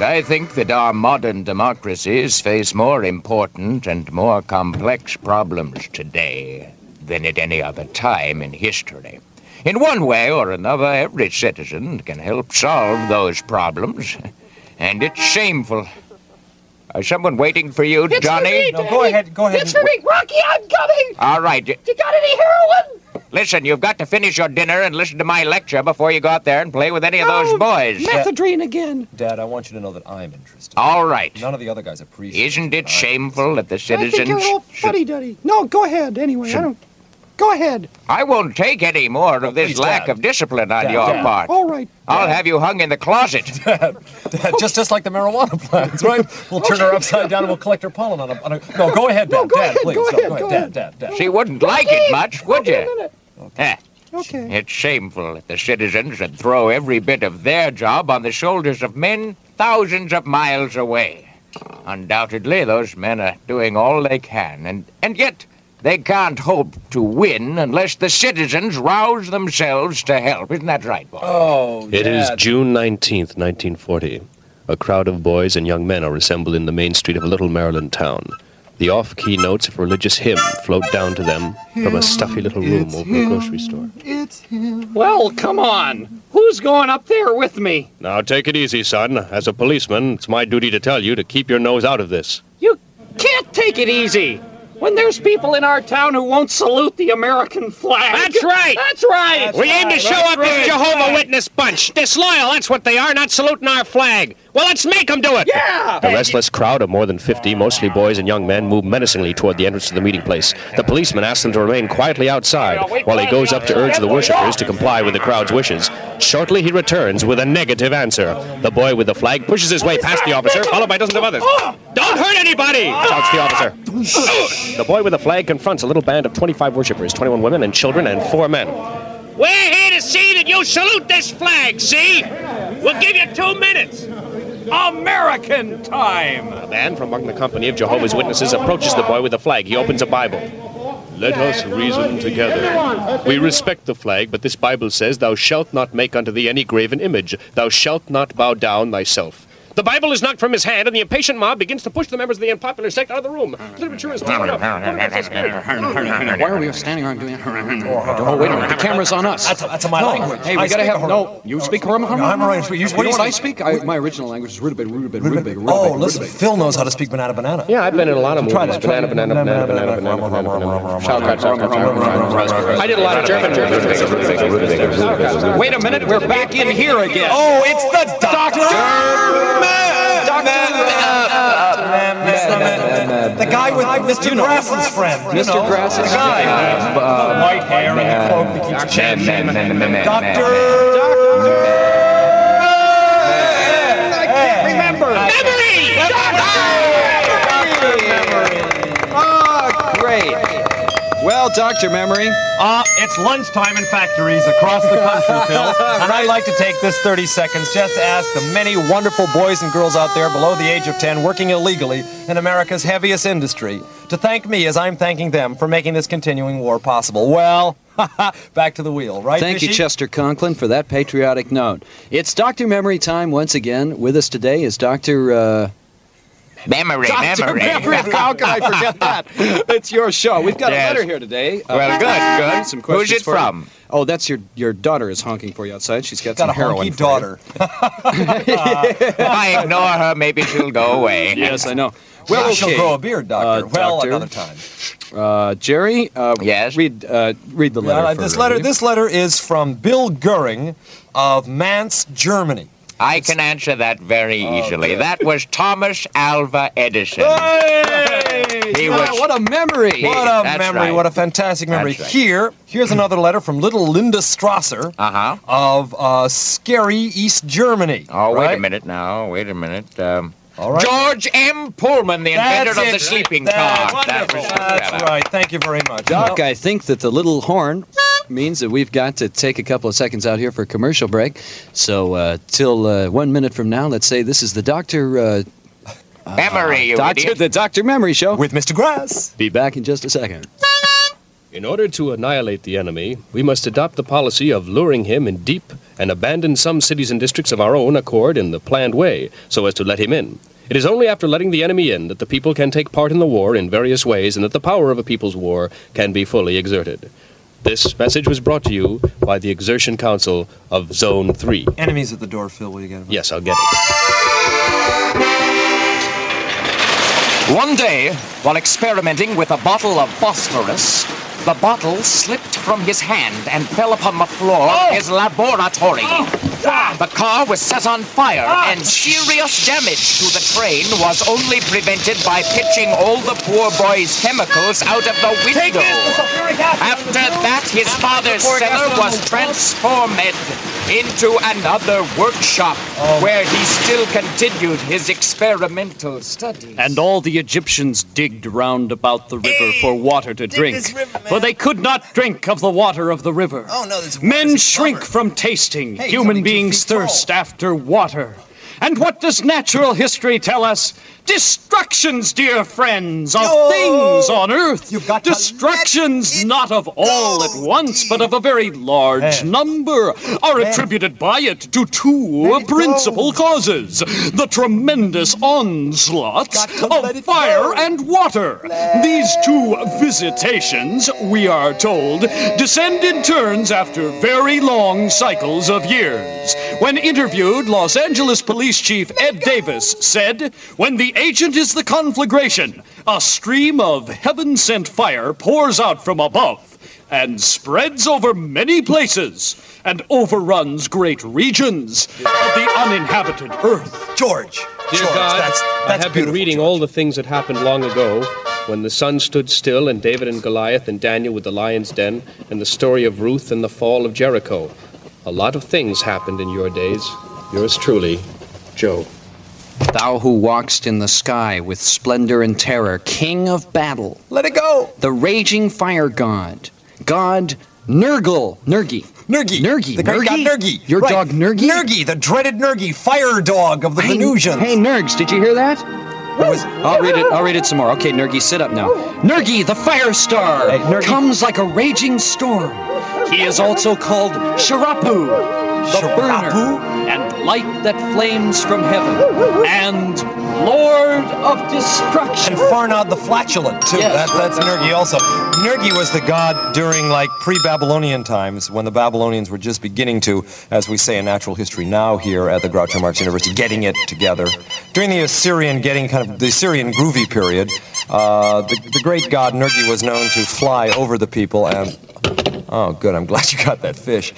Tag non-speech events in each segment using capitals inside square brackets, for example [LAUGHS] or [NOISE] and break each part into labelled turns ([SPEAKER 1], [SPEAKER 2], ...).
[SPEAKER 1] I think that our modern democracies face more important and more complex problems today than at any other time in history. In one way or another, every citizen can help solve those problems, and it's shameful. Is someone waiting for you,
[SPEAKER 2] It's
[SPEAKER 1] Johnny?
[SPEAKER 2] for me,
[SPEAKER 3] No,
[SPEAKER 2] Daddy.
[SPEAKER 3] go ahead, go ahead
[SPEAKER 2] It's
[SPEAKER 3] and-
[SPEAKER 2] for me, Rocky. I'm coming.
[SPEAKER 1] All right.
[SPEAKER 2] You got any heroin?
[SPEAKER 1] Listen, you've got to finish your dinner and listen to my lecture before you go out there and play with any of
[SPEAKER 2] No.
[SPEAKER 1] those boys.
[SPEAKER 2] Methadone again.
[SPEAKER 3] Dad, I want you to know that I'm interested.
[SPEAKER 1] All right.
[SPEAKER 3] None of the other guys appreciate
[SPEAKER 1] Isn't it
[SPEAKER 3] but I-
[SPEAKER 1] shameful that the
[SPEAKER 2] I think
[SPEAKER 1] citizens
[SPEAKER 2] you're all
[SPEAKER 1] should-
[SPEAKER 2] fuddy duddy. No, go ahead. Anyway, I don't. Go ahead.
[SPEAKER 1] I won't take any more of this
[SPEAKER 3] Please,
[SPEAKER 1] lack
[SPEAKER 3] Dad.
[SPEAKER 1] of discipline on
[SPEAKER 3] Dad,
[SPEAKER 1] your
[SPEAKER 3] Dad.
[SPEAKER 1] part.
[SPEAKER 2] All right.
[SPEAKER 1] I'll have you hung in the closet.
[SPEAKER 3] [LAUGHS] Dad, just just like the marijuana plants, right? We'll turn her upside down and we'll collect her pollen on a. On a no, go ahead, Dad.
[SPEAKER 2] No, go
[SPEAKER 3] Dad,
[SPEAKER 2] ahead,
[SPEAKER 3] please.
[SPEAKER 2] go
[SPEAKER 3] no,
[SPEAKER 2] ahead,
[SPEAKER 3] go
[SPEAKER 2] go
[SPEAKER 3] ahead,
[SPEAKER 2] ahead.
[SPEAKER 3] Dad, Dad, Dad.
[SPEAKER 1] She wouldn't like it much, would
[SPEAKER 2] Wait a
[SPEAKER 1] you?
[SPEAKER 2] minute.
[SPEAKER 1] Eh,
[SPEAKER 2] Okay.
[SPEAKER 1] It's shameful that the citizens should throw every bit of their job on the shoulders of men thousands of miles away. Undoubtedly, those men are doing all they can, and, and yet they can't hope to win unless the citizens rouse themselves to help. Isn't that right, boy?
[SPEAKER 3] Oh,
[SPEAKER 4] It is
[SPEAKER 3] Dad.
[SPEAKER 4] June 19th, 1940. A crowd of boys and young men are assembled in the main street of a little Maryland town. The off key notes of a religious hymn float down to them from a stuffy little room over a grocery store.
[SPEAKER 5] Well, come on. Who's going up there with me?
[SPEAKER 4] Now take it easy, son. As a policeman, it's my duty to tell you to keep your nose out of this.
[SPEAKER 5] You can't take it easy. When there's people in our town who won't salute the American flag.
[SPEAKER 6] That's right.
[SPEAKER 5] That's right.
[SPEAKER 6] we aim to show up this Jehovah Witness bunch. Disloyal, that's what they are, not saluting our flag. Well, let's make them do it.
[SPEAKER 5] Yeah.
[SPEAKER 4] The restless crowd of more than 50, mostly boys and young men, move menacingly toward the entrance to the meeting place. The policeman asks them to remain quietly outside while he goes up to urge the worshippers to comply with the crowd's wishes. Shortly he returns with a negative answer. The boy with the flag pushes his way past the officer, followed by dozens of others.
[SPEAKER 6] Don't hurt anybody.
[SPEAKER 4] Shouts the officer. The boy with the flag confronts a little band of 25 worshippers, 21 women and children, and four men.
[SPEAKER 6] We're here to see that you salute this flag, see? We'll give you two minutes.
[SPEAKER 5] American time.
[SPEAKER 4] A man from among the company of Jehovah's Witnesses approaches the boy with a flag. He opens a Bible. Let us reason together. We respect the flag, but this Bible says, Thou shalt not make unto thee any graven image. Thou shalt not bow down thyself. The Bible is knocked from his hand, and the impatient mob begins to push the members of the unpopular sect out of the room. Literature is torn up. Photographs are
[SPEAKER 3] [LAUGHS]
[SPEAKER 4] scattered.
[SPEAKER 7] Why are we standing around doing? Oh, wait a minute. The camera's on us.
[SPEAKER 3] That's, that's my language.
[SPEAKER 7] Hey, we
[SPEAKER 3] I
[SPEAKER 7] gotta
[SPEAKER 3] speak
[SPEAKER 7] have
[SPEAKER 3] a-
[SPEAKER 7] no. You speak Haram Haram.
[SPEAKER 3] I'm right. You-
[SPEAKER 7] You,
[SPEAKER 3] what
[SPEAKER 7] know
[SPEAKER 3] do you
[SPEAKER 7] what I
[SPEAKER 3] speak?
[SPEAKER 7] speak? I, my original language is rutabaga, rutabaga, rutabaga, rutabaga.
[SPEAKER 3] Oh, listen,
[SPEAKER 7] rutabaga.
[SPEAKER 3] Phil knows how to speak banana banana.
[SPEAKER 4] Yeah, I've been in a lot of movies.
[SPEAKER 3] Try this. try
[SPEAKER 4] Banana,
[SPEAKER 3] this.
[SPEAKER 4] banana, banana, banana, banana, banana, banana, banana. Sauerkraut, sauerkraut, sauerkraut, sauerkraut. I did a lot of German.
[SPEAKER 7] Wait a minute. We're back in here again.
[SPEAKER 3] Oh, it's the doctor. Doctor. The guy with Mr. Grassen's friend. you
[SPEAKER 7] Mr.
[SPEAKER 3] know,
[SPEAKER 7] Grassen.
[SPEAKER 3] The guy. White hair and the cloak that keeps changing. Doctor.
[SPEAKER 6] Memory!
[SPEAKER 7] Oh, great. Well, Doctor Memory.
[SPEAKER 3] Uh, it's lunchtime in factories across the country,
[SPEAKER 7] [LAUGHS]
[SPEAKER 3] Phil. And I'd like to take this 30 seconds just to ask the many wonderful boys and girls out there below the age of 10 working illegally in America's heaviest industry to thank me as I'm thanking them for making this continuing war possible. Well, [LAUGHS] back to the wheel, right?
[SPEAKER 7] Thank you,
[SPEAKER 3] Fishy?
[SPEAKER 7] Chester Conklin, for that patriotic note. It's Doctor Memory time once again. With us today is Doctor. Uh,
[SPEAKER 1] Memory,
[SPEAKER 7] Doctor
[SPEAKER 1] memory.
[SPEAKER 7] Memory.
[SPEAKER 1] [LAUGHS]
[SPEAKER 7] How could I forget that? It's your show. We've got
[SPEAKER 1] Yes.
[SPEAKER 7] a letter here today. Uh,
[SPEAKER 1] Well, good, good.
[SPEAKER 7] Some questions
[SPEAKER 1] Who's it
[SPEAKER 7] for you.
[SPEAKER 1] from?
[SPEAKER 7] Oh, that's your your daughter is honking for you outside. She's got,
[SPEAKER 3] Got
[SPEAKER 7] some
[SPEAKER 3] a
[SPEAKER 7] heroin.
[SPEAKER 3] honky
[SPEAKER 7] for you.
[SPEAKER 3] daughter.
[SPEAKER 1] If I ignore her, maybe she'll go away.
[SPEAKER 7] Yes, I know.
[SPEAKER 3] Well,
[SPEAKER 7] Well,
[SPEAKER 3] she'll
[SPEAKER 7] okay.
[SPEAKER 3] grow a beard, Doctor.
[SPEAKER 7] Uh,
[SPEAKER 3] well,
[SPEAKER 7] doctor.
[SPEAKER 3] another time.
[SPEAKER 7] Uh, Jerry. Uh,
[SPEAKER 1] Yes?
[SPEAKER 7] Read uh, read the letter.
[SPEAKER 3] Uh,
[SPEAKER 7] for
[SPEAKER 3] this
[SPEAKER 7] her,
[SPEAKER 3] letter,
[SPEAKER 7] will you?
[SPEAKER 3] this letter is from Bill Goering of Mance, Germany.
[SPEAKER 1] I can answer that very
[SPEAKER 3] Oh,
[SPEAKER 1] easily. That was Thomas Alva Edison. He
[SPEAKER 7] Wow,
[SPEAKER 1] was
[SPEAKER 7] Ah, what a memory!
[SPEAKER 1] Hey,
[SPEAKER 3] What a
[SPEAKER 1] that's
[SPEAKER 3] memory!
[SPEAKER 1] right.
[SPEAKER 3] What a fantastic memory!
[SPEAKER 1] That's right.
[SPEAKER 3] Here, here's another letter from little Linda Strasser
[SPEAKER 1] Uh-huh.
[SPEAKER 3] of uh, Scary, East Germany.
[SPEAKER 1] Oh, wait
[SPEAKER 3] Right?
[SPEAKER 1] a minute now. Wait a minute. Um,
[SPEAKER 3] All right.
[SPEAKER 1] George M. Pullman, the inventor
[SPEAKER 3] That's
[SPEAKER 1] of
[SPEAKER 3] it.
[SPEAKER 1] the sleeping
[SPEAKER 3] That's
[SPEAKER 1] car. That
[SPEAKER 3] wonderful.
[SPEAKER 1] was the
[SPEAKER 3] That's
[SPEAKER 1] fella.
[SPEAKER 3] right. Thank you very much.
[SPEAKER 7] Doc, I think that the little horn means that we've got to take a couple of seconds out here for a commercial break. So, uh, till uh, one minute from now, let's say this is the Doctor, uh,
[SPEAKER 1] Memory, you
[SPEAKER 7] Doctor,
[SPEAKER 1] idiot.
[SPEAKER 7] the Doctor Memory Show.
[SPEAKER 3] with Mr. Grass.
[SPEAKER 7] Be back in just a second.
[SPEAKER 4] In order to annihilate the enemy, we must adopt the policy of luring him in deep and abandon some cities and districts of our own accord in the planned way, so as to let him in. It is only after letting the enemy in that the people can take part in the war in various ways and that the power of a people's war can be fully exerted. This message was brought to you by the Exertion Council of Zone 3.
[SPEAKER 3] Enemies at the door, Phil. What do you got?
[SPEAKER 4] Yes, I'll get it.
[SPEAKER 1] One day, while experimenting with a bottle of phosphorus, the bottle slipped from his hand and fell upon the floor
[SPEAKER 3] Oh!
[SPEAKER 1] of his laboratory. The car was set on fire,
[SPEAKER 3] Ah.
[SPEAKER 1] and serious damage to the train was only prevented by pitching all the poor boy's chemicals out of the window. After that, his father's cellar was transformed into another workshop
[SPEAKER 3] Oh.
[SPEAKER 1] where he still continued his experimental studies.
[SPEAKER 8] And all the Egyptians digged round about the river for water to drink, for they could not drink of the water of the river.
[SPEAKER 9] Oh, no, this water's
[SPEAKER 8] Men
[SPEAKER 9] a
[SPEAKER 8] shrink
[SPEAKER 9] bummer.
[SPEAKER 8] from tasting.
[SPEAKER 9] Hey, it's only
[SPEAKER 8] Human
[SPEAKER 9] two
[SPEAKER 8] beings
[SPEAKER 9] feet tall.
[SPEAKER 8] thirst after water. And what does natural history tell us? Destructions, dear friends, of
[SPEAKER 9] No.
[SPEAKER 8] things on earth.
[SPEAKER 2] You've got to
[SPEAKER 8] Destructions
[SPEAKER 9] let it
[SPEAKER 8] not of all at
[SPEAKER 9] go,
[SPEAKER 8] once, but of a very large
[SPEAKER 3] Man.
[SPEAKER 8] number, are attributed by it to two
[SPEAKER 2] it
[SPEAKER 8] principal causes the tremendous onslaughts
[SPEAKER 2] Got to let
[SPEAKER 8] [LAUGHS] of
[SPEAKER 2] it
[SPEAKER 8] fire
[SPEAKER 2] go.
[SPEAKER 8] and water. These two visitations, we are told, descend in turns after very long cycles of years. When interviewed, Los Angeles Police Chief Ed Davis said, When the agent is the conflagration, a stream of heaven sent fire pours out from above and spreads over many places and overruns great regions of the uninhabited earth.
[SPEAKER 9] George.
[SPEAKER 4] Dear
[SPEAKER 9] George,
[SPEAKER 4] God,
[SPEAKER 9] that's,
[SPEAKER 4] I
[SPEAKER 9] that's
[SPEAKER 4] have been
[SPEAKER 9] beautiful,
[SPEAKER 4] reading
[SPEAKER 9] George.
[SPEAKER 4] all the things that happened long ago when the sun stood still and David and Goliath and Daniel with the lion's den and the story of Ruth and the fall of Jericho. A lot of things happened in your days. Yours truly, Joe.
[SPEAKER 7] Thou who walkest in the sky with splendor and terror, king of battle,
[SPEAKER 2] Let it go.
[SPEAKER 7] the raging fire god, god Nurgle, Nurgi.
[SPEAKER 2] Nergi.
[SPEAKER 7] Nergi,
[SPEAKER 2] The great god
[SPEAKER 7] Nergi?
[SPEAKER 2] Nergi.
[SPEAKER 7] Your dog Nergi?
[SPEAKER 2] Nergi, the dreaded Nergi, fire dog of the
[SPEAKER 7] Hey,
[SPEAKER 2] Venusians.
[SPEAKER 7] Hey, Nergs, did you hear that? That was- I'll read it. I'll read it some more. Okay, Nergi, sit up now. Nergi, the fire star,
[SPEAKER 2] Hey, Nergi.
[SPEAKER 7] comes like a raging storm. He is also called Sharapu, the
[SPEAKER 2] Sharapu?
[SPEAKER 7] burner, and light that flames from heaven, and Lord of Destruction.
[SPEAKER 2] and Farnod the flatulent too.
[SPEAKER 7] Yes.
[SPEAKER 2] That's
[SPEAKER 3] That's Nergi also. Nergi was the god during like pre Babylonian times when the Babylonians were just beginning to, as we say in natural history now here at the Groucho Marx University, getting it together. During the Assyrian getting kind of the Assyrian groovy period, uh, the, the great god Nergi was known to fly over the people and. Oh, good. I'm glad you got that fish.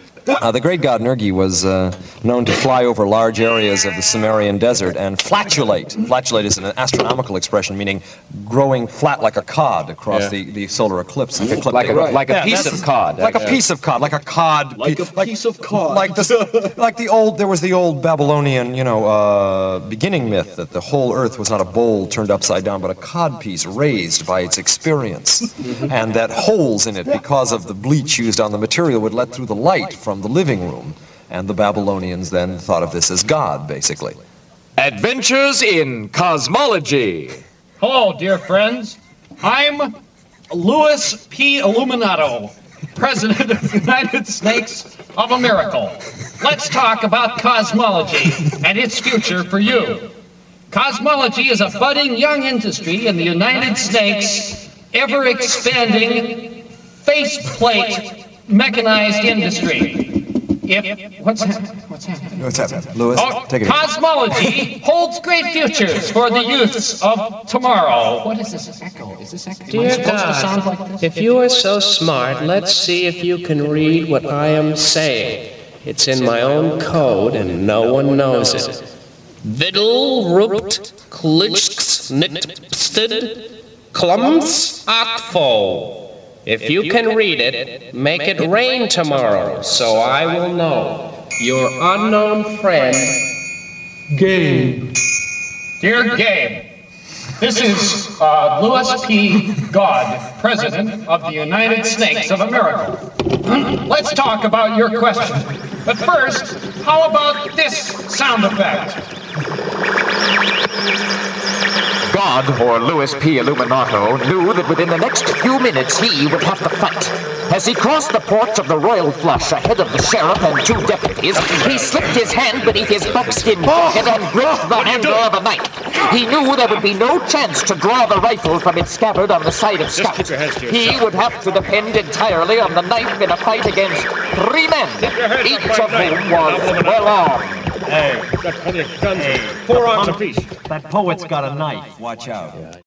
[SPEAKER 3] [COUGHS] Uh, the great god Nergi was uh, known to fly over large areas of the Sumerian desert and flatulate. Flatulate is an astronomical expression meaning growing flat like a cod across
[SPEAKER 4] Yeah.
[SPEAKER 3] the, the solar eclipse. Like
[SPEAKER 1] Like a, like a piece of cod.
[SPEAKER 3] Like a piece of cod, like a cod. Like a piece of cod. Like, [LAUGHS] this, like the old, there was the old Babylonian, you know, uh, beginning myth that the whole earth was not a bowl turned upside down, but a cod piece raised by its [LAUGHS] experience. and that holes in it, because of the bleach used on the material, would let through the light from the living room. And the Babylonians then thought of this as God, basically.
[SPEAKER 1] Adventures in Cosmology.
[SPEAKER 5] Hello, dear friends. I'm Louis P. Illuminato, President of the United States of America. Let's talk about cosmology and its future for you. Cosmology is a budding young industry in the United States, ever expanding faceplate mechanized industry. If, what's that? What's happening?
[SPEAKER 3] What's happening? Lewis, take it.
[SPEAKER 5] Cosmology holds great futures for the youths of tomorrow. What is this echo? Is this echo? Am I supposed to sound like this?
[SPEAKER 6] If you are so smart, let's see if you can read what I am saying. It's in my own code and no one knows it. Vidal rupt klitschks nitpsted klums atfo. If you can read it, make it rain tomorrow so I will know. Your unknown friend,
[SPEAKER 5] Dear Gabe, this is uh, Louis P. God, President of the United States of America. Let's talk about your question. But first, how about this sound effect?
[SPEAKER 9] God, or Louis P. Illuminato, knew that within the next few minutes he would have to fight. As he crossed the porch of the Royal Flush ahead of the sheriff and two deputies, he slipped his hand beneath his buckskin jacket and gripped the handle of a knife. He knew there would be no chance to draw the rifle from its scabbard on the side of Scout.
[SPEAKER 4] keep your hands to
[SPEAKER 9] He would have to depend entirely on the knife in a fight against three men, each of whom was well armed.
[SPEAKER 5] Four arms apiece. That poet's got a knife.
[SPEAKER 3] Watch out.